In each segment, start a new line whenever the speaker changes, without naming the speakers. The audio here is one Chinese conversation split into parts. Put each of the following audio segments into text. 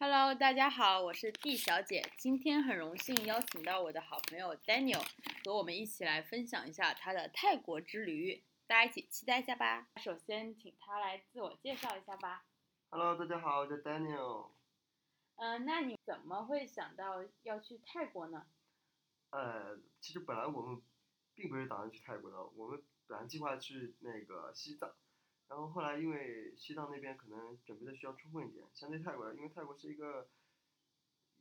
Hello，大家好，我是 D 小姐。今天很荣幸邀请到我的好朋友 Daniel 和我们一起来分享一下他的泰国之旅，大家一起期待一下吧。首先，请他来自我介绍一下吧。
Hello，大家好，我叫 Daniel。
嗯、那你怎么会想到要去泰国呢？
呃，其实本来我们并不是打算去泰国的，我们本来计划去那个西藏，然后后来因为西藏那边可能准备的需要充分一点，相对泰国来，因为泰国是一个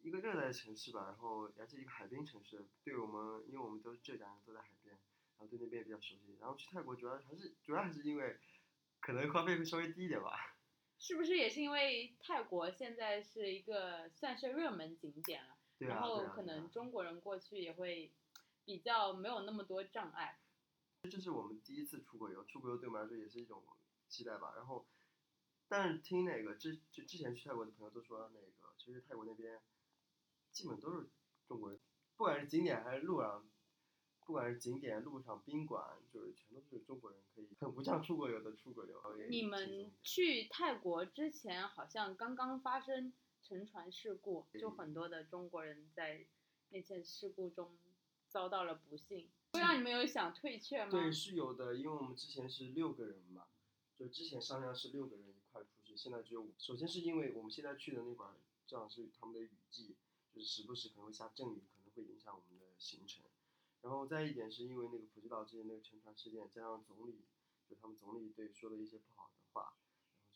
一个热带城市吧，然后而且一个海滨城市，对我们，因为我们都是浙江人，都在海边，然后对那边也比较熟悉。然后去泰国主要还是主要还是因为可能花费会稍微低一点吧。
是不是也是因为泰国现在是一个算是热门景点了，
对
然
啊，对
后
啊
可
对啊
能中国人过去也会比较没有那么多障碍。
这是我们第一次出国游，出国游对我们来说也是一种期待吧。然后，但是听那个之之之前去泰国的朋友都说，那个其实泰国那边基本都是中国人，不管是景点还是路上，不管是景点、路上、宾馆，就是全都是中国人，可以很不像出国游的出国游。也
你
轻松一
们
点
去泰国之前，好像刚刚发生沉船事故，就
嗯
很多的中国人在那件事故中遭到了不幸，会让你们有想退却吗？
嗯对，是有的，因为我们之前是六个人嘛，就之前商量是六个人一块儿出去，现在只有五。首先是因为我们现在去的那块儿正好是他们的雨季，就是时不时可能会下阵雨，可能会影响我们的行程。然后再一点是因为那个普吉岛之前那个沉船事件，加上总理就他们总理对说的一些不好的话，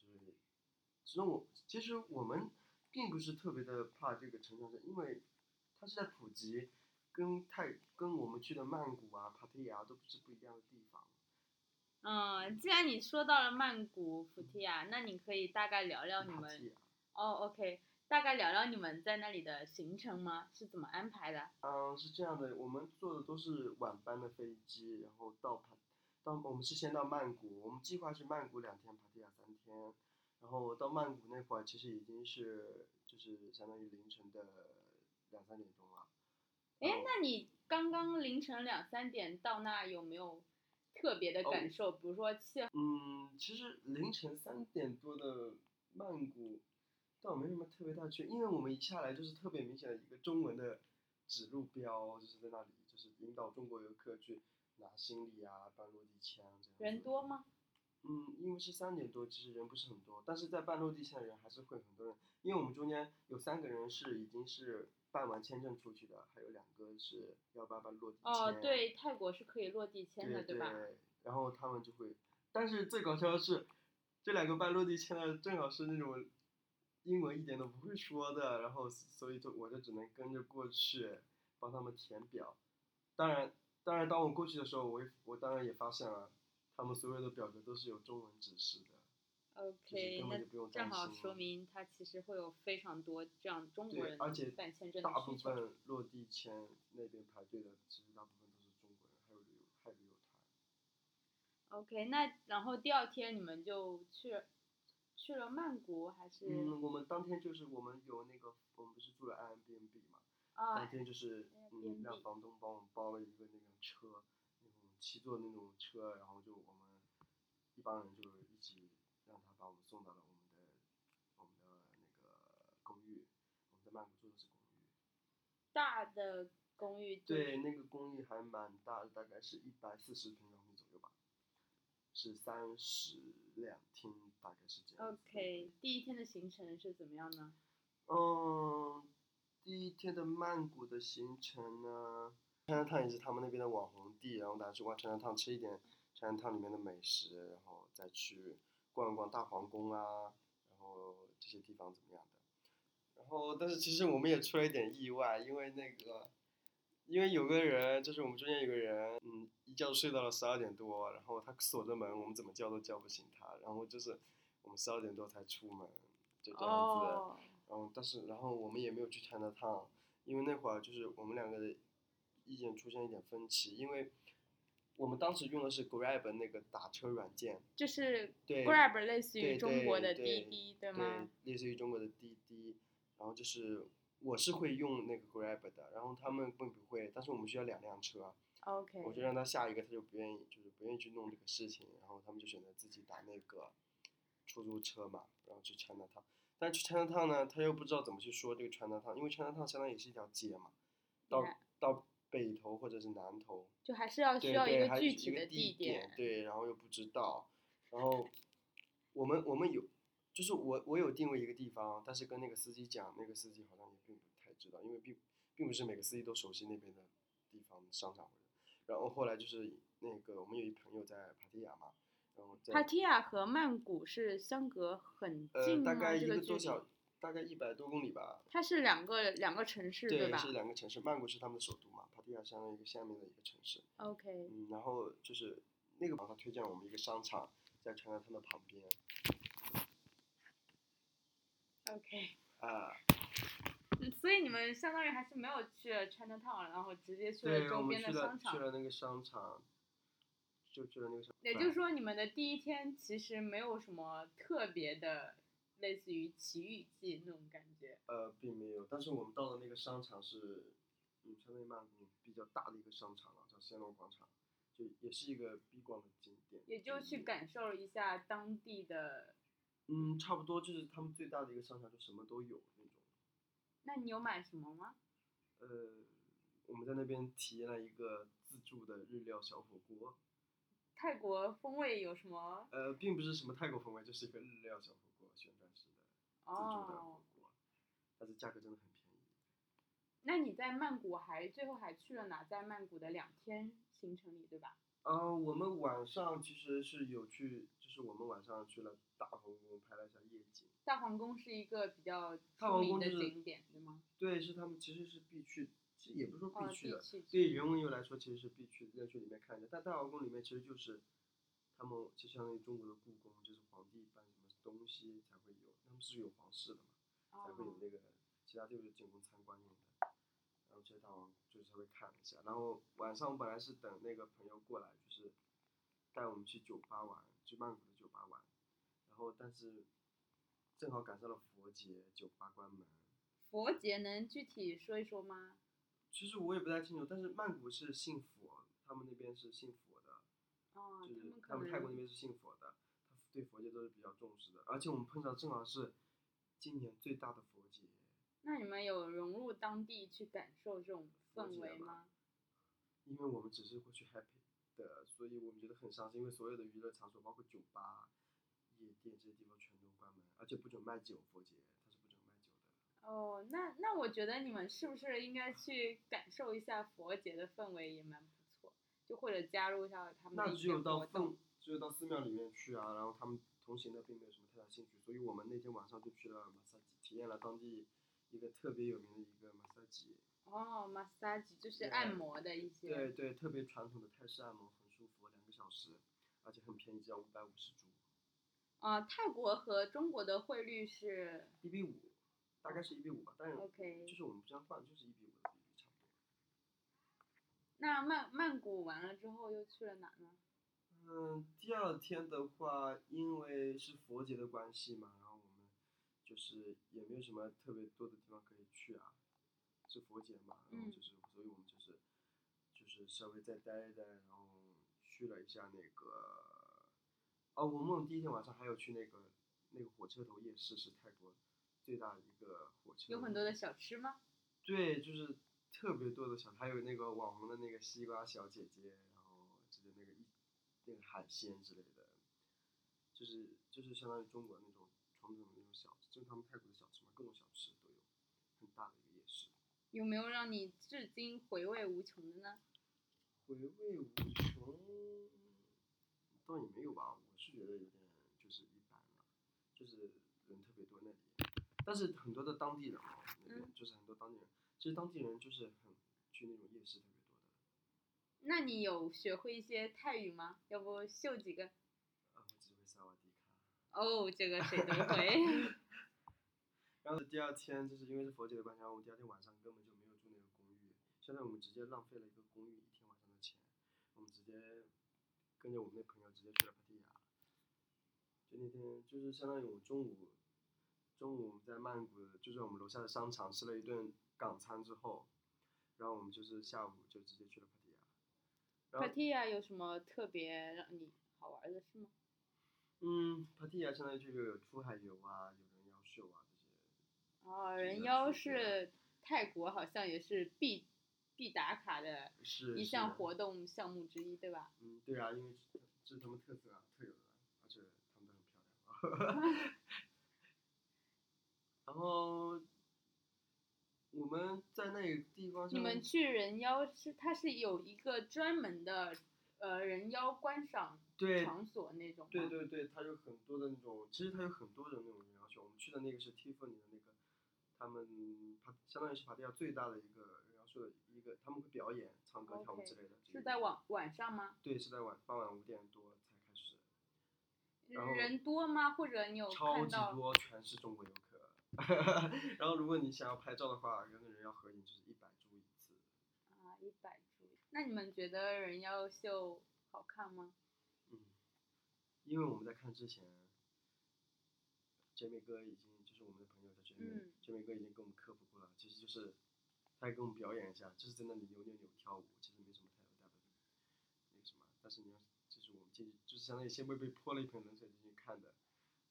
然后就是，其实我其实我们并不是特别的怕这个沉船事，因为它是在普吉，跟泰跟我们去的曼谷啊、帕提亚都不是不一样的地方。
嗯，既然你说到了曼谷、普提亚，那你可以大概聊聊你
帕
们
提亚，
哦，OK，大概聊聊你们在那里的行程吗？是怎么安排的？
嗯，是这样的，我们坐的都是晚班的飞机，然后到帕，到我们是先到曼谷，我们计划是曼谷两天，帕提亚三天，然后到曼谷那会儿其实已经是就是相当于凌晨的两三点钟了。
哎，
然后
那你刚刚凌晨两三点到那，有没有特别
哦
的感受？比如说气
嗯，其实凌晨三点多的曼谷倒没什么特别大区别，因为我们一下来就是特别明显的一个中文的指路标，就是在那里，就是引导中国游客去拿行李啊、搬落地签啊这样。
人多？吗？
嗯，因为是三点多，其实人不是很多，但是在办落地签的人还是会很多人，因为我们中间有三个人是已经是办完签证出去的，还有两个是要办办落地签。
哦，对，泰国是可以落地签的，
对
吧？
然后他们就会，但是最搞笑的是，这两个办落地签的正好是那种英文一点都不会说的，然后所以就我就只能跟着过去帮他们填表。当然，当然，当我过去的时候，我也我当然也发现了，他们所有的表格都是有中文指示的，就是
OK，那
根本就不用
正
担
好
心。
说明它其实会有非常多这样中国
对，
人
而且
办签证的
大部
需求。
分落地签那边排队的，其实大部分都是中国人，还有旅游，还有旅游团。
OK，那然后第二天你们就去去了曼谷还是、
嗯，我们当天就是我们有那个，我们不是住了 Airbnb 嘛，当
啊？
天就是嗯，让
Airbnb
房东帮我们包了一个那种车，那种七座那种车，然后就我们一帮人就一起让他把我们送到了我们的我们的那个公寓，我们在曼谷住的是公寓，
大的公寓就
对，那个公寓还蛮大的，大概是一百四十平方米左右吧，是三室两厅，大概是这样子的一个
OK，第一天的行程是怎么样呢？
嗯，第一天的曼谷的行程呢，川烫也是他们那边的网红地，然后大家去逛川烫，吃一点川烫里面的美食，然后再去逛一逛大皇宫啊，然后这些地方怎么样的。然后，但是其实我们也出了一点意外，因为那个，因为有个人，就是我们中间有个人，嗯，一觉睡到了十二点多，然后他锁着门，我们怎么叫都叫不醒他，然后就是我们十二点多才出门，就这样子。
哦，
然后但是然后我们也没有去 China Town，因啊为那会儿就是我们两个的意见出现一点分歧，因为我们当时用的是 Grab 那个打车软件，
就是
对
Grab 类似于
对
中国的滴
对对
滴，对
对
吗？，
类似于中国的滴滴，然后就是我是会用那个 Grab 的，然后他们并不会，但是我们需要两辆车，啊
OK，
我就让他下一个，他就不愿意，就是不愿意去弄这个事情，然后他们就选择自己打那个出租车嘛，然后去 China Town。但去 China Town 呢，他又不知道怎么去说这个 China Town，因为 China Town 相当于也是一条街嘛，到
南
到北头或者是南头，
就还是要需
对
要一
对，
个
还
具
是
体
一
的
个地
点。
对，然后又不知道，然后我们我们有，就是我我有定位一个地方，但是跟那个司机讲，那个司机好像也并不太知道，因为并并不是每个司机都熟悉那边的地方商场或者，然后后来就是那个我们有一朋友在帕提亚嘛，然后在
帕提亚和曼谷是相隔很
呃
近吗？
大概一
这个距
多
离
小，大概一百多公里吧，
它是两个两个城市
对，
吧
是两个城市，曼谷是他们的首都嘛，帕提亚相当于一个下面的一个城市，
？OK，
嗯，然后就是那个朋友他推荐我们一个商场，在长安他们旁边
OK，
啊，
所以你们相当于还是没有去 China Town，然后直接去了
对，我
周
们
边
去
的
了
商
去
场。
了那个商场，就去了那个商场，
也就是说，你们的第一天其实没有什么特别的，类似于奇遇记那种感觉。
呃，并没有，但是我们到的那个商场是，嗯，相当于曼谷比较大的一个商场了，叫暹罗广场，就也是一个避光的景点，
也就去
嗯
感受了一下当地的。
嗯，差不多就是他们最大的一个商场，就什么都有那种。
那你有买什么吗？
呃，我们在那边体验了一个自助的日料小火锅，
泰国风味有什么？
呃，并不是什么泰国风味，就是一个日料小火锅，旋转式的自助的火
哦，
锅，但是价格真的很便宜。
那你在曼谷还最后还去了哪？在曼谷的两天行程里，对吧？
呃，我们晚上其实是有去，就是我们晚上去了大皇宫拍了一下夜景。
大皇宫是一个比较
大
出
皇
名
宫
的
就是
景点，对吗？
对，是他们其实是必去，其实也不是说
哦，
必去的，
去
对于人文游来说其实是必去，要去里面看一下。但大皇宫里面其实就是他们就相当于中国的故宫，就是皇帝办什么东西才会有，他们是有皇室的嘛。才会有
哦，
那个，其他就是仅供参观用的。然后去到就是稍微看了一下，然后晚上我本来是等那个朋友过来，就是带我们去酒吧玩，去曼谷的酒吧玩。然后但是正好赶上了佛节，酒吧关门。
佛节能具体说一说吗？
其实我也不太清楚，但是曼谷是信佛，他们那边是信佛的，
哦，
就
他
是
们可
他们泰国
能
那边是信佛的，他对佛节都是比较重视的。而且我们碰上正好是今年最大的佛节，
那你们有融入当地去感受这种
佛
氛
节
围
吗
吗？
因为我们只是会去 happy 的，所以我们觉得很伤心，因为所有的娱乐场所，包括酒吧、夜店这些地方全都关门，而且不准卖酒，佛节它是不准卖酒的。
哦，那那我觉得你们是不是应该去感受一下佛节的氛围，也蛮不错，就或者加入一下他们的
那
一
只
些
嗯有到
活动。
凤，只有到寺庙里面去啊，然后他们同行的并没有什么太大兴趣，所以我们那天晚上就去了马萨吉，体验了当地一个特别有名的一个马萨吉，
哦，massage 就是按摩的一些。
对啊对，特别传统的泰式按摩，很舒服，两个小时，而且很便宜，只要五百五十铢，
啊、泰国和中国的汇率是
一比五，大概是一比五吧，但是
OK。
就是我们这样换，就是一比五的比例差不多。
那曼曼谷完了之后又去了哪呢？
嗯，第二天的话，因为是佛节的关系嘛，然后我们就是也没有什么特别多的地方可以去啊，是佛节嘛，然后
嗯
就是，所以我们就是就是稍微再待一待，然后去了一下那个，哦，我们第一天晚上还有去那个那个火车头夜市，是泰国最大的一个火车，
有很多的小吃吗？
对，就是特别多的小，还有那个网红的那个西瓜小姐姐，然后之类那个一那个海鲜之类的，就是就是相当于中国那种传统的那种小吃，就是他们泰国的小吃嘛，各种小吃都有，很大的一个夜市，
有没有让你至今回味无穷的呢？
回味无穷。倒也没有吧，我是觉得有点就是一般了，就是人特别多那里，但是很多的当地人哦，那边、
嗯
就是很多当地人，其实当地人就是很去那种夜市特别多的。
那你有学会一些泰语吗？要不秀几个？
啊，我只会萨瓦迪卡。
哦，这个谁都会。
然后第二天就是因为是佛节的关系，然后我们第二天晚上根本就没有住那个公寓，相当于我们直接浪费了一个公寓一天晚上的钱，我们直接跟着我们那朋友直接去了帕提亚。就那天就是相当于我们中午，中午我们在曼谷就在我们楼下的商场吃了一顿港餐之后，然后我们就是下午就直接去了帕提亚。 然
帕
后
提亚有什么特别让你好玩的事吗？
嗯，帕提亚相当于就有出海游啊，有人妖秀啊这
哦，
这
人
个
妖
是这样
是泰国好像也是必必打卡的
是
一
是
项活动项目之一，对吧？
嗯，对啊，因为这这是他们特色啊，特有的，而且他们都很漂亮啊。 然后我们在那个地方
你
像
们去人妖是它是有一个专门的呃人妖观赏
对
场所那种吗？
对对对，它有很多的那种，其实它有很多种那种人妖秀。我们去的那个是 Tiffany 的那个，他们帕相当于是帕蒂亚最大的一个人妖秀的一个，他们会表演、唱歌、跳舞
OK，
之类的。这
是
个
在晚晚上吗？
对，是在晚傍晚五点多才开始，然后
人多吗？或者你有
超
哦看
级
到？
多，全是中国游客。 然后如果你想要拍照的话，跟那人妖合影就是一百株一次。
啊，一百株。那你们觉得人妖秀好看吗？
嗯，因为我们在看之前，杰米哥已经就是我们的朋友叫杰米
嗯，
杰米哥已经跟我们科普过了，其实就是他也给我们表演一下，就是在那里扭扭扭跳舞，其实没什么太大的那个什么，但是你要就是我们进去，就是相当于先被被泼了一盆冷水进去看的，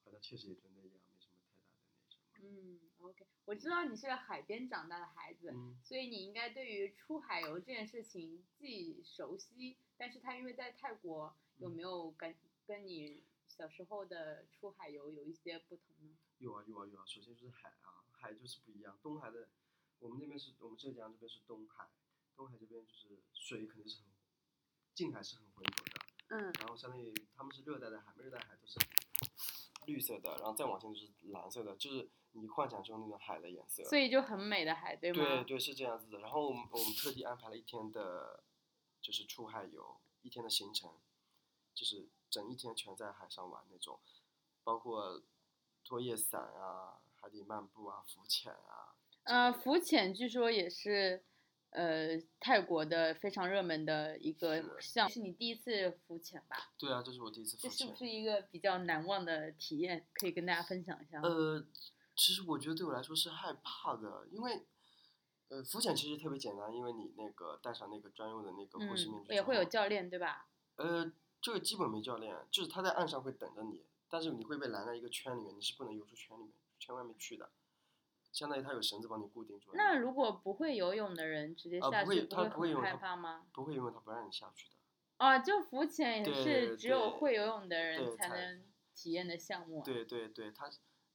好像确实也真的一样，没什么太大的那什么。
嗯，OK，我知道你是个海边长大的孩子，
嗯，
所以你应该对于出海游这件事情既熟悉，但是他因为在泰国，有
嗯
没有跟跟你小时候的出海游有一些不同呢？
有啊有啊有啊，首先就是海啊，海就是不一样。东海的，我们那边是我们浙江这边是东海，东海这边就是水肯定是很，近海是很浑浊的，
嗯
然后相当于他们是热带的海，热带海都是绿色的，然后再往前就是蓝色的，就是你幻想中那种海的颜色。
所以就很美的海，对吗？
对对是这样子的。然后我们我们特地安排了一天的，就是出海游一天的行程，就是整一天全在海上玩那种，包括拖叶伞啊、海底漫步啊、浮潜啊。
呃，浮潜据说也是，呃，泰国的非常热门的一个项目。是你第一次浮潜吧？
对啊，这是我第一次浮
这是
潜
不。是一个比较难忘的体验？可以跟大家分享一下吗？
呃，其实我觉得对我来说是害怕的，因为。呃，浮潜其实特别简单，因为你那个戴上那个专用的那个护士面
嗯，
具之后，
也会有教练对吧？
呃，这个基本没教练，就是他在岸上会等着你，但是你会被拦在一个圈里面，你是不能游出圈里面、圈外面去的，相当于他有绳子帮你固定住。
那如果不会游泳的人直接
啊
下
不会
去，
他不会
会
游
很害
他
怕吗？
不会因为他不让你下去的。
啊，就浮潜也
对
是只有
对
会游泳的
对
人才
才
能体验的项目啊。
对对对，他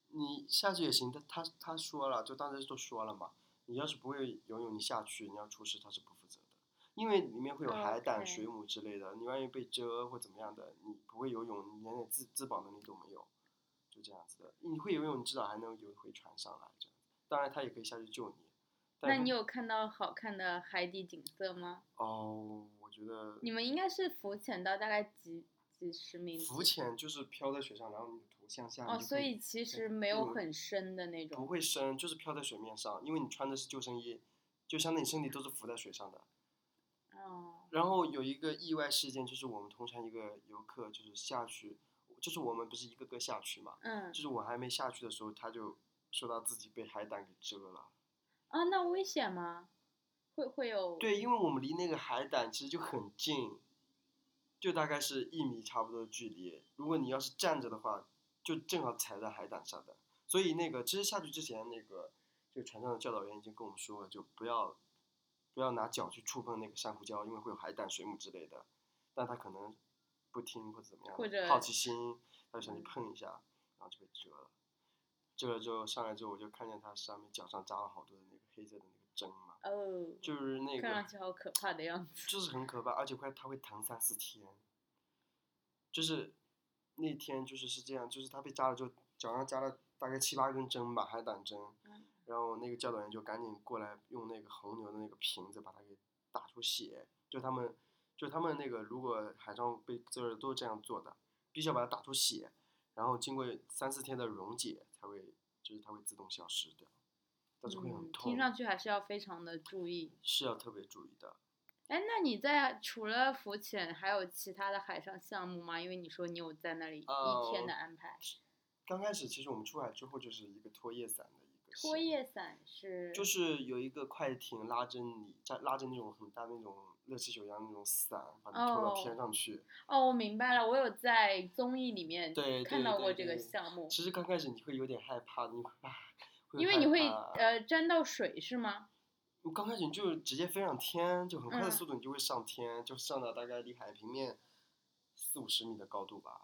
你下去也行，但他他说了，就当时都说了嘛，你要是不会游泳，你下去你要出事，他是不负责的，因为里面会有海
啊
胆、
OK
水母之类的，你万一被蛰或怎么样的，你不会游泳，你连点自自保能力都没有，就这样子的。你会游泳，你至少还能游回船上来这样子。当然，他也可以下去救你。但
那
如
你有看到好看的海底景色吗？
哦，我觉得
你们应该是浮潜到大概几几十米？
浮潜就是飘在水上，然后你的头向下，
哦，
你就
所
会
以其实
对
没有
不
很深的那
不
种。
会深，就是漂在水面上，因为你穿的是救生衣，就相当于你身体都是浮在水上的。
哦，
然后有一个意外事件，就是我们同船一个游客就是下去，就是我们不是一个个下去嘛，
嗯
就，是我还没下去的时候，他就说到自己被海胆给蛰了。
啊，那危险吗？会会有？
对，因为我们离那个海胆其实就很近，就大概是一米差不多的距离。如果你要是站着的话，就正好踩在海胆上的。所以那个其实下去之前，那个就船上的教导员已经跟我们说了，就不要不要拿脚去触碰那个珊瑚礁，因为会有海胆、水母之类的。但他可能不听或者怎么样，
或者
好奇心，他就想去
嗯
碰一下，然后就被蛰了。蛰了之后上来之后，我就看见他上面脚上扎了好多的那个黑色的那个针嘛，
哦，
就是那个
看上去好可怕的 样子。
就是很可怕，而且快它会疼三四天，就是那天就是是这样，就是它被扎了之后，脚上扎了大概七八根针吧，海胆针
嗯，
然后那个教导员就赶紧过来用那个红牛的那个瓶子把它给打出血，就他们就他们那个如果海上被蛰了都是这样做的，必须要把它打出血，然后经过三四天的溶解才会就是它会自动消失掉，但是会很
嗯，
痛
听，上去还是要非常的注意。
是要特别注意的。
哎，那你在除了浮潜，还有其他的海上项目吗？因为你说你有在那里一天的
哦
安排。
刚开始其实我们出海之后就是一个拖叶伞的一个
拖
项目，
叶伞是
就是有一个快艇拉着你，在拉着那种很大的那种热气球一样的那种伞，把你拖到
哦
天上去。
哦，我明白了，我有在综艺里面
对
看
对
到
对
过这
对
个项目。
其实刚开始你会有点害怕，你会啊
因为你会
害怕
呃沾到水是吗？
你刚开始你就直接飞上天，就很快的
嗯
速度，你就会上天，就上到大概离海平面四五十米的高度吧，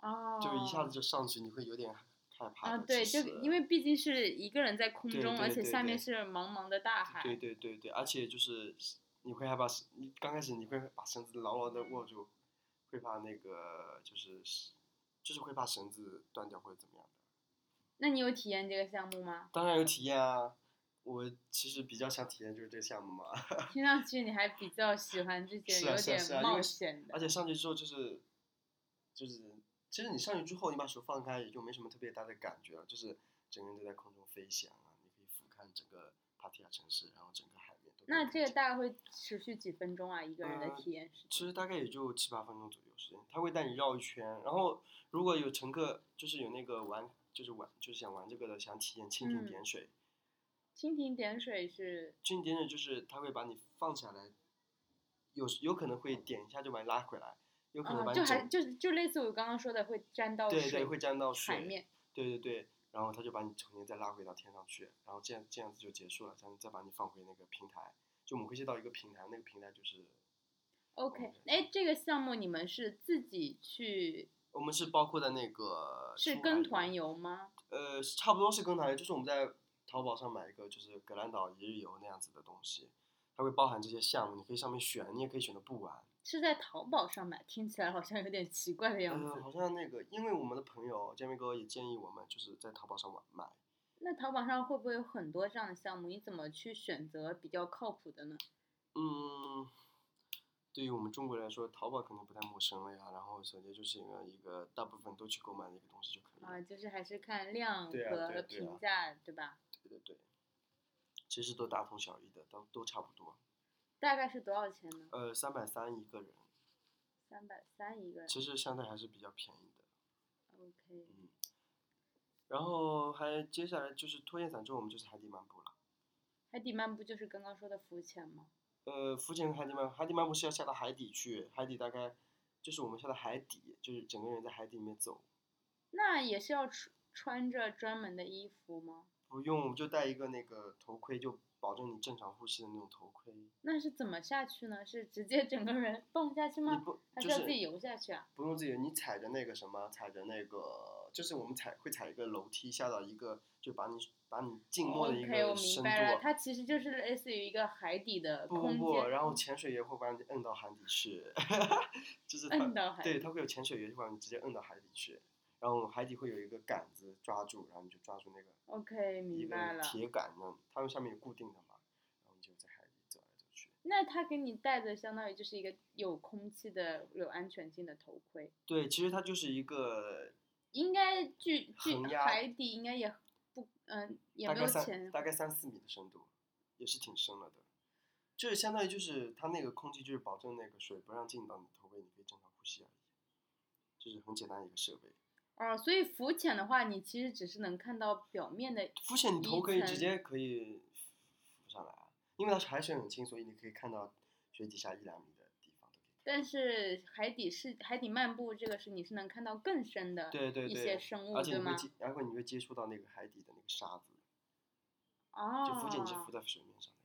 哦，
就一下子就上去，你会有点害怕
啊，
的
对，就
其实
因为毕竟是一个人在空
对
中，而
对
且
对
下面
对
是茫茫的大海，
对对对对，而且就是你会害怕，你刚开始你会把绳子牢牢的握住，会怕那个就是就是会怕绳子断掉或者怎么样的。
那你有体验这个项目吗？
当然有体验啊，我其实比较想体验就是这个项目嘛，
听上去你还比较喜欢这
是
些
啊
有
是啊是
点
啊因为
冒
是
险的
而且上去之后就是就是，其实你上去之后你把手放开也就没什么特别大的感觉了，就是整个人都在空中飞翔啊，你可以俯瞰整个帕提亚城市，然后整个海面都可以
那
看
这个
见
大概会持续几分钟啊？一个人的
呃
体验时
其
间？
实大概也就七八分钟左右时间，他会带你绕一圈，然后如果有乘客就是有那个玩，就是玩就是想玩这个的，想体验蜻蜓
嗯
点水，
蜻蜓点水是
蜻蜓点水就是他会把你放下来，有时有可能会点一下就把你拉回来，有可能
啊，
把
就
你
还
整，
就就类似我刚刚说的会沾到
对
水，
对会沾到水
海面。
对对对，然后他就把你重新再拉回到天上去，然后这样这样子就结束了，然后再把你放回那个平台，就我们会接到一个平台，那个平台就是。
OK，哎，这个项目你们是自己去
我们是包括在那个
是
呃出海
跟
游
团游吗？
呃，是差不多是跟团游，就是我们在淘宝上买一个就是格兰岛一日游那样子的东西，它会包含这些项目，你可以上面选，你也可以选择不玩。
是在淘宝上买，听起来好像有点奇怪的样
呃，
子。
好像那个，因为我们的朋友建明哥也建议我们就是在淘宝上买买，
那淘宝上会不会有很多这样的项目？你怎么去选择比较靠谱的呢？
嗯，对于我们中国人来说，淘宝肯定不太陌生了呀，然后首先就是一个一个大部分都去购买的一个东西就可以了。
啊，就是还是看量
对啊对
和
啊对啊
评价，对吧？
对对对，其实都大同小异的，都都差不多。
大概是多少钱呢？
呃，三百三一个人，
三百三一个人。
其实相对还是比较便宜的。
OK，
嗯，然后还接下来就是拖延伞之后，我们就是海底漫步了。
海底漫步就是刚刚说的浮潜吗？
呃，浮潜和海底漫海底漫步是要下到海底去，海底大概就是我们下到海底，就是整个人在海底里面走，
那也是要穿穿着专门的衣服吗？
不用就戴一个那个头盔，就保证你正常呼吸的那种头盔。
那是怎么下去呢？是直接整个人 蹦下去
你
吗？
不
还
就是
要自己游下去啊？
不用自己，你踩着那个什么，踩着那个，就是我们踩会踩一个楼梯下到一个，就把你把你静默的一
OK，我
个
明
深度。啊
白了，它其实就是类似于一个海底的
不不
空
不，
间，嗯
然后潜水也会把你摁到海底去， 就是它
摁到海
对，
底
它会有潜水员就把你直接摁到海底去，然后海底会有一个杆子抓住，然后你就抓住那个
OK，
一
明白
个
了。
铁杆呢，它们下面有固定的嘛，然后你就在海底走来走去。
那它给你戴的相当于就是一个有空气的、有安全性的头盔，
对，其实它就是一个
应该距距
横压
海底应该也不嗯、也
大
没
概
有
三
潜
大概三四米的深度，也是挺深了的。就是相当于就是它那个空气就是保证那个水不让进到你头部，你可以正常呼吸而已，就是很简单的一个设备。
哦，所以浮潜的话，你其实只是能看到表面的
浮潜你头
一
可以
层
直接可以浮上来啊，因为它海水很清，所以你可以看到水底下一两米的地方都可以看
但是海底是海底漫步，这个是你是能看到更深的
对对
一些
对，
生物，
而且
对
你会
吗？
接，然后你会接触到那个海底的那个沙子，
哦，
就浮潜你是浮在水面上的。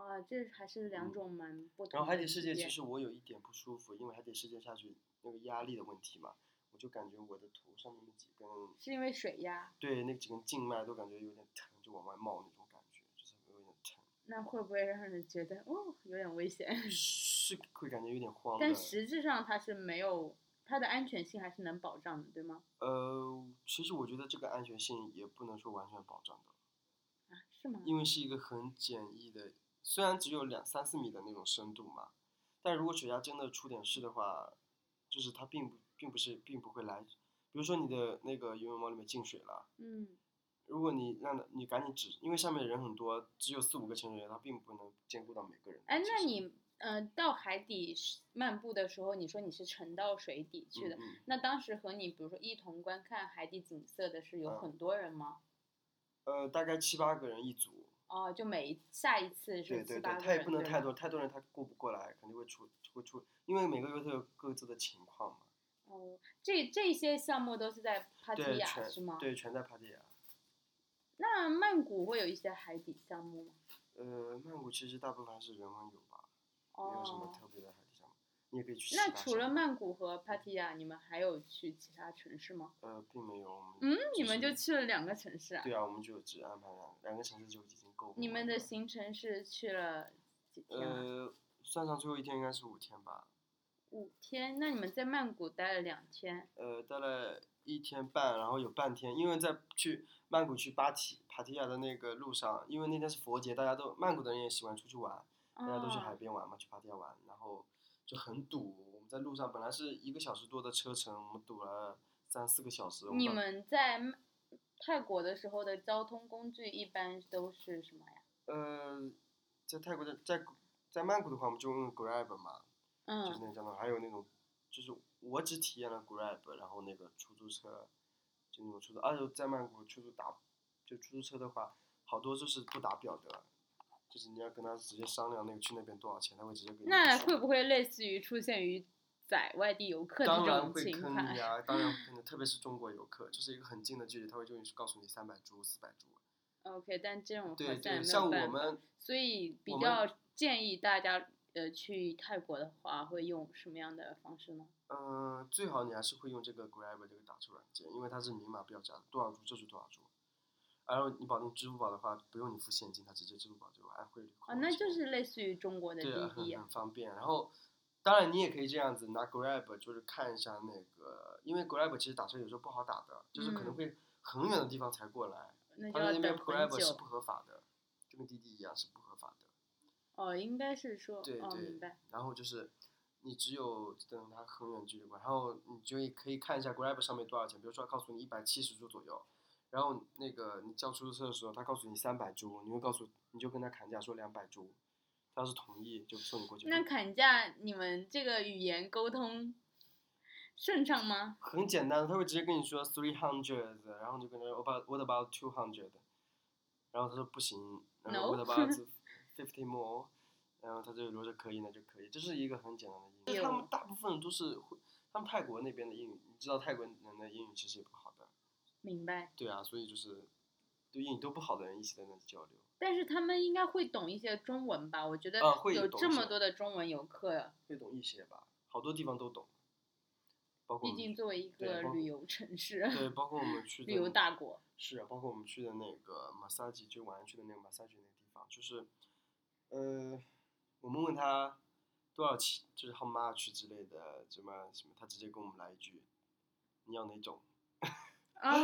啊，这还是两种蛮不同的。
然后海底世界其，实我有一点不舒服，因为海底世界下去那个压力的问题嘛，我就感觉我的头上面那几根，
是因为水压，
对那几根静脉都感觉有点疼，就往外冒那种感觉，就是有点疼，
那会不会让人觉得哦有点危险？
是会感觉有点慌的。
但实质上它是没有，它的安全性还是能保障的，对吗？
呃，其实我觉得这个安全性也不能说完全保障的，
啊，是吗？
因为是一个很简易的，虽然只有两三四米的那种深度嘛，但如果水压真的出点事的话，就是它并不并不是并不会来，比如说你的那个游泳帽里面进水了，
嗯，
如果你让它你赶紧止，因为上面的人很多，只有四五个潜水员，他并不能兼顾到每个人的嗯
哎，
其实。
那你呃到海底是漫步的时候，你说你是沉到水底去的，
嗯嗯
那当时和你比如说一同观看海底景色的是有
嗯
很多人吗？
呃，大概七八个人一组，
哦，就每一下一次
对
是
对
七
对
八，个
他也
人，
不能
对
太
吗
多，太多人他顾不过来，肯定会出会出，因为每个游都有各自的情况嘛。
哦，这这些项目都是在帕提
对，
亚
全
是吗？
对，全在帕提亚。
那曼谷会有一些海底项目吗？
呃，曼谷其实大部分还是人文游吧，没有什么
哦，
特别的海底项目。你也可以去
那
西巴
除了
沙
曼谷和
嗯
芭提雅，你们还有去其他城市吗？
呃，并没有，我们
嗯，你
是
们就去了两个城市啊？
对啊，我们就只安排两两个城市就已经够我
你们
玩
的
了
行程是去了几天啊？
呃，算上最后一天应该是五天吧，
五天，那你们在曼谷待了两天，
呃，待了一天半，然后有半天，因为在去曼谷去芭提芭提雅的那个路上，因为那天是佛节，大家都曼谷的人也喜欢出去玩，大家都去海
啊
边玩嘛，去芭提雅玩，然后就很堵。我们在路上本来是一个小时多的车程，我们堵了三四个小时。我
你
到
们在曼泰国的时候的交通工具一般都是什么呀？
呃，在泰国的在在曼谷的话，我们就用 Grab 嘛，就
嗯，
是那种交通，还有那种，就是我只体验了 Grab，然后那个出租车，就那种出租，而且在曼谷出租打，就出租车的话，好多就是不打表的，就是你要跟他直接商量那个去那边多少钱，他会直接给你
那
数
会不会类似于出现于宰外地游客的
当
这
然
种
会
情
坑
况？
你啊，当然会坑你，特别是中国游客，就是一个很近的距离，他会就告诉你三百铢、四百铢。
OK，但这种好
对
像也
对，
没有
像我
办法。
们
所以比
我们
较建议大家，呃，去泰国的话会用什么样的方式呢？
嗯，最好你还是会用这个 Grab 这个打车软件，因为它是明码标价的，多少铢就是多少铢。然后你绑定支付宝的话，不用你付现金，它直接支付宝就按汇率扣
啊，
你
那
钱
就是类似于中国的
对啊，
滴
很
滴啊
很方便。然后，当然你也可以这样子拿 Grab，就是看一下那个，因为 Grab 其实打车有时候不好打的，就是可能
嗯
会很远的地方才过来，
那就
它在
要
那边
等很
Grab 是
久
不。合法的，就跟滴滴一样是不合法的。
哦，应该是说，
对
哦，明
对
白。，
然后就是你只有等它很远距离过来，然后你就也可以看一下 Grab 上面多少钱，比如说它告诉你一百七十铢左右，然后那个你叫出租车的时候，他告诉你三百铢，你会告诉你就跟他砍价说两百铢，他要是同意就送你过去。
那砍价，你们这个语言沟通顺畅吗？
很简单，他会直接跟你说 three hundred，然后你就跟他说 about what about two hundred，然后他说不行，然后
No
what about fifty more，然后他就如果说可以那就可以，这是一个很简单的英语。
有
他们大部分都是会，他们泰国那边的英语，你知道泰国人的英语其实也不好的，
明白。
对啊，所以就是对英语都不好的人一起在那里交流，
但是他们应该会懂一些中文吧？我觉得
啊会
有
懂
这
一
么
些
多的中文游客，
会懂一些吧，好多地方都懂，包括
毕
我们
竟作为一
对
个
包
旅游城市、
对，包括我们去的
旅游大 国，
是啊，包括我们去的那个马萨吉，就晚上去的那个马萨吉那个地方，就是，呃，我们问他多少钱，就是 how much 之类的，什么什么，他直接跟我们来一句，你要哪种，
啊，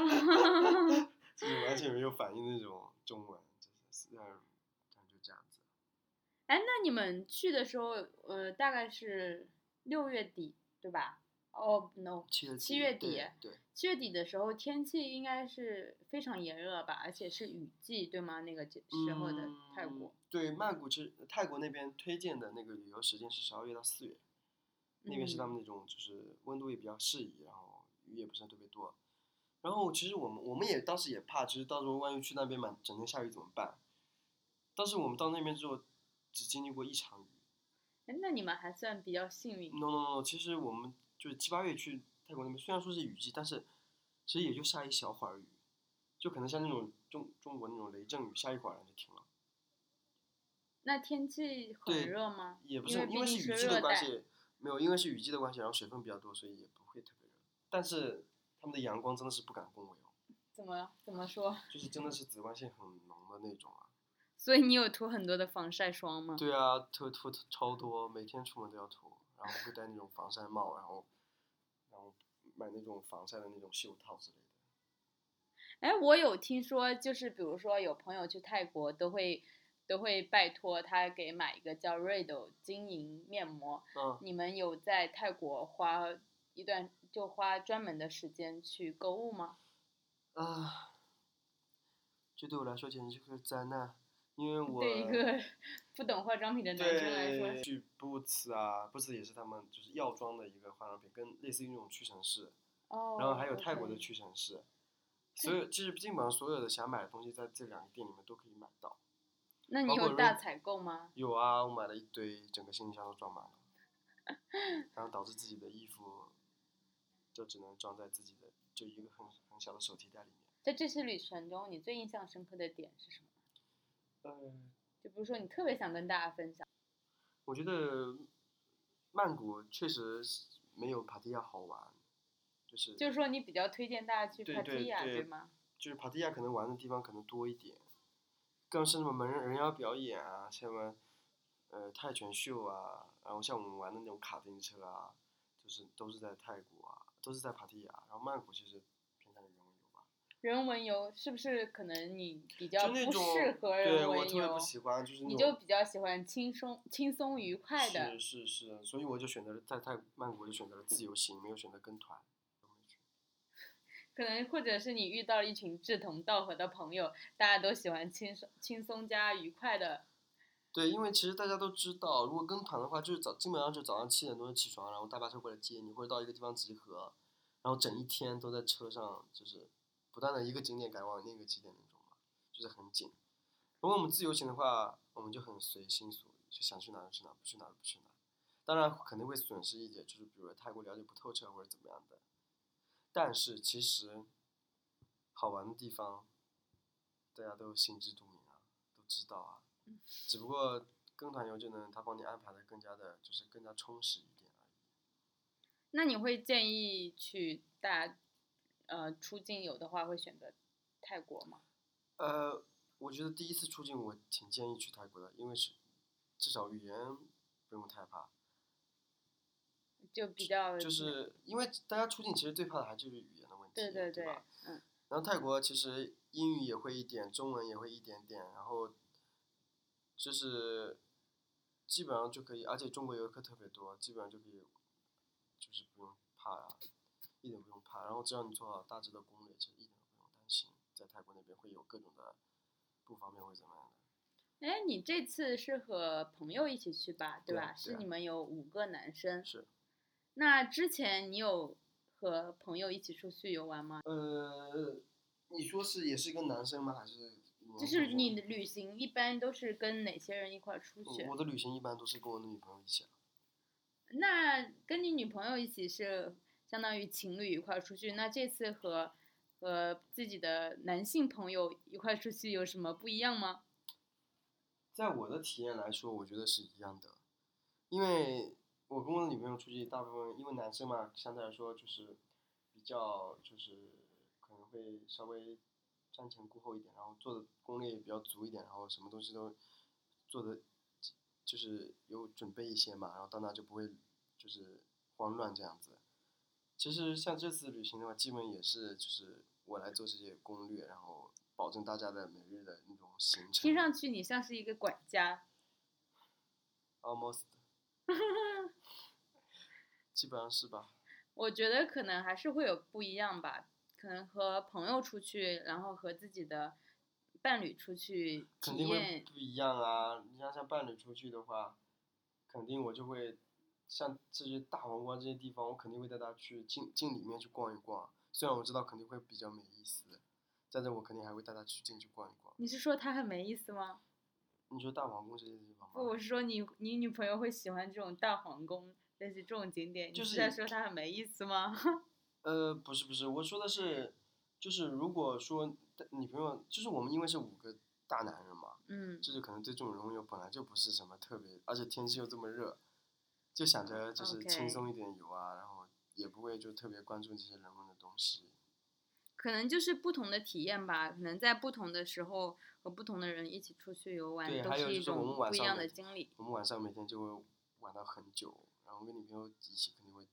就是完全没有反应那种中文，就是让人感觉这样子。
哎，那你们去的时候，呃，大概是六月底对吧？哦、no，
七月
七月底
对对，
七月底的时候天气应该是非常炎热吧，而且是雨季对吗？那个时时候的泰
嗯
国，
对曼谷其实泰国那边推荐的那个旅游时间是十二月到四月，那边是他
嗯
们那种就是温度也比较适宜，然后雨也不是特别多。然后其实我们我们也当时也怕，就是到时候万一去那边满整天下雨怎么办？但是我们到那边之后，只经历过一场雨。
哎，那你们还算比较幸运。
No no no，其实我们就是七八月去泰国那边，虽然说是雨季，但是其实也就下一小会儿雨，就可能像那种中中国那种雷阵雨，下一会儿然后就停了。
那天气
对
很热吗？
也不
因
是
为
因为
毕
是
竟
雨季
热
的关
带。
系，没有，因为是雨季的关系，然后水分比较多，所以也不会特别热。但是他们的阳光真的是不敢恭维哦，
怎么怎么说？
就是真的是紫外线很浓的那种啊。
所以你有涂很多的防晒霜吗？
对啊，涂涂涂超多，每天出门都要涂，然后会戴那种防晒帽，然后然后买那种防晒的那种袖套之类的。
哎，我有听说，就是比如说有朋友去泰国都会都会拜托他给买一个叫 Rado 晶莹面膜。
嗯，
你们有在泰国花一段就花专门的时间去购物吗？
啊，这对我来说简直就是灾难，因为我
对一个 不懂化妆品的男生来说，
对，去 Boots 啊，Boots 也是他们就是药妆的一个化妆品，跟类似于那种屈臣氏，
哦，
然后还有泰国的
OK 嗯
屈臣氏，所有其实基本上所有的想买的东西在这两个店里面都可以买到。
那你
包括
有
如
大采购吗？
有啊，我买了一堆，整个行李箱都装 满了，然后导致自己的衣服就只能装在自己的就一个很很小的手提袋里面。
在这次旅程中，你最印象深刻的点是什么？
呃，
就比如说你特别想跟大家分享，
我觉得曼谷确实是没有帕提亚好玩，就是
就是说你比较推荐大家去
对
帕
对
提亚，
对
对吗？
就是帕提亚可能玩的地方可能多一点，更是什么门人妖表演啊，像什么呃泰拳秀啊，然后像我们玩的那种卡丁车啊，就是都是在泰国啊，都是在帕提亚，然后曼谷其实偏向于人文游吧，
人文游是不是可能你比较
就那
不
种
适合
对
人
我
文
特别
游
不？喜欢，就是那
你
种
就比较喜欢轻松、轻松愉快的
是，是是，所以我就选择了在泰曼谷，我就选择了自由行，没有选择跟团。
可能或者是你遇到了一群志同道合的朋友，大家都喜欢轻松、轻松加愉快的。
对，因为其实大家都知道，如果跟团的话，就是早基本上就早上七点多就起床，然后大巴车过来接你，或者到一个地方集合，然后整一天都在车上，就是不断的一个景点赶往另一个景点那种嘛，就是很紧。如果我们自由行的话，我们就很随心所欲，就想去哪儿就去哪儿，不去哪儿就不去哪儿。当然肯定会损失一点，就是比如说泰国了解不透彻或者怎么样的。但是其实好玩的地方，大家都心知肚明啊，都知道啊。只不过跟团游就能他帮你安排的更加的，就是更加充实一点啊而已。
那你会建议去大家，呃，出境游的话会选择泰国吗？
呃，我觉得第一次出境我挺建议去泰国的，因为是至少语言不用太怕，
就比较
就是因为大家出境其实最怕的还就是语言的问题，
对对
对
对
吧？，
嗯，
然后泰国其实英语也会一点，中文也会一点点，然后就是基本上就可以，而且中国游客特别多，基本上就可以，就是不用怕呀、一点不用怕。然后只要你做好大致的攻略，其实一点都不用担心，在泰国那边会有各种的不方便或者怎么样的。
哎，你这次是和朋友一起去吧，对
对啊
吧？
对
是
啊
你们有五个男生。
是，
那之前你有和朋友一起出去游玩吗？
呃，你说是也是跟男生吗？还是
就是你
的
的旅行一般都是跟哪些人一块儿出去？
啊
啊
我的旅行一般都是跟我的女朋友一起啊。
那跟你女朋友一起是相当于情侣一块儿出去，那这次和和自己的男性朋友一块儿出去有什么不一样吗？
在我的体验来说，我觉得是一样的，因为我跟我的女朋友出去，大部分因为男生嘛，相对来说就是比较就是可能会稍微瞻前顾后一点，然后做的攻略也比较足一点，然后什么东西都做的就是有准备一些嘛，然后到那就不会就是慌乱这样子。其实像这次旅行的话，基本也是就是我来做这些攻略，然后保证大家的每日的那种行程。
听上去你像是一个管家，
almost，基本上是吧？
我觉得可能还是会有不一样吧，可能和朋友出去，然后和自己的伴侣出去
肯
体
定会
验，
不一样啊！你像像伴侣出去的话，肯定我就会像这些大皇冠这些地方，我肯定会带他去进进里面去逛一逛。虽然我知道肯定会比较没意思，但是我肯定还会带他去进去逛一逛。
你是说他很没意思吗？
你说大皇宫这些地方吗？
不，我是说你你女朋友会喜欢这种大皇宫，类似这种景点，
就
你是
是
在说她很没意思吗？
呃，不是不是，我说的是，就是如果说女朋友，就是我们因为是五个大男人嘛，
嗯，
就是可能对这种人文游本来就不是什么特别，而且天气又这么热，就想着就是
OK
轻松一点游啊，然后也不会就特别关注这些人文的东西。
可能就是不同的体验吧，可能在不同的时候和不同的人一起出去游玩，
对
都
还有
是
就
一
是我
种
们
不
晚
一
上
样
的
的经历。
我们晚上每天就会玩到很久，然后跟女朋友一起肯定会，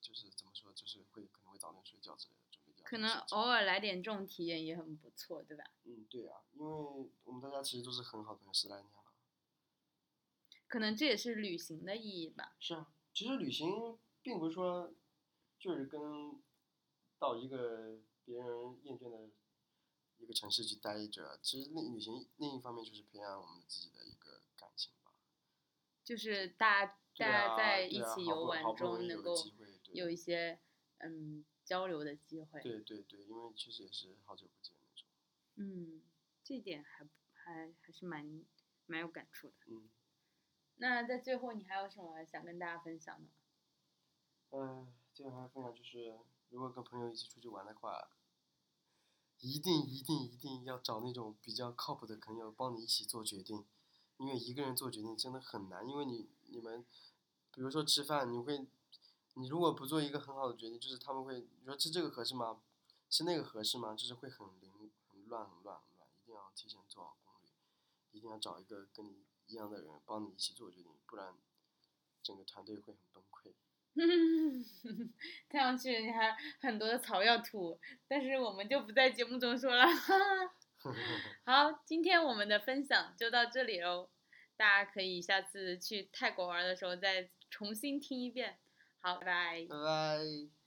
就是怎么说，就是会可能会早点睡觉之类的，准备第二
可
天
能
睡觉
偶尔来点这种体验也很不错，对吧？
嗯，对啊，因为我们大家其实都是很好的朋友，十来年了。
可能这也是旅行的意义吧。
是啊，其实旅行并不是说就是跟到一个别人厌倦的一个城市去待着，其实另旅行另一方面就是培养我们自己的一个感情吧。
就是大家、大
对啊，
家在
对
一
啊
起
好
游
不
玩
好不容
中
易
能
有
够
机会对
有一些嗯交流的机会。
对对对，因为确实也是好久不见那种。
嗯，这点还不还还是蛮蛮有感触的。
嗯
那在最后，你还有什么想跟大家分享的吗？
哎嗯，呃最后还要分享就是，如果跟朋友一起出去玩的话，一定一定一定要找那种比较靠谱的朋友帮你一起做决定，因为一个人做决定真的很难，因为你你们，比如说吃饭，你会，你如果不做一个很好的决定，就是他们会你说吃这个合适吗？吃那个合适吗？就是会很凌很乱很乱很乱，一定要提前做好攻略，一定要找一个跟你一样的人帮你一起做决定，不然整个团队会很崩溃。
看上去你还很多的草要吐，但是我们就不在节目中说了。 好，今天我们的分享就到这里喽，大家可以下次去泰国玩的时候再重新听一遍。好，拜拜。
拜拜。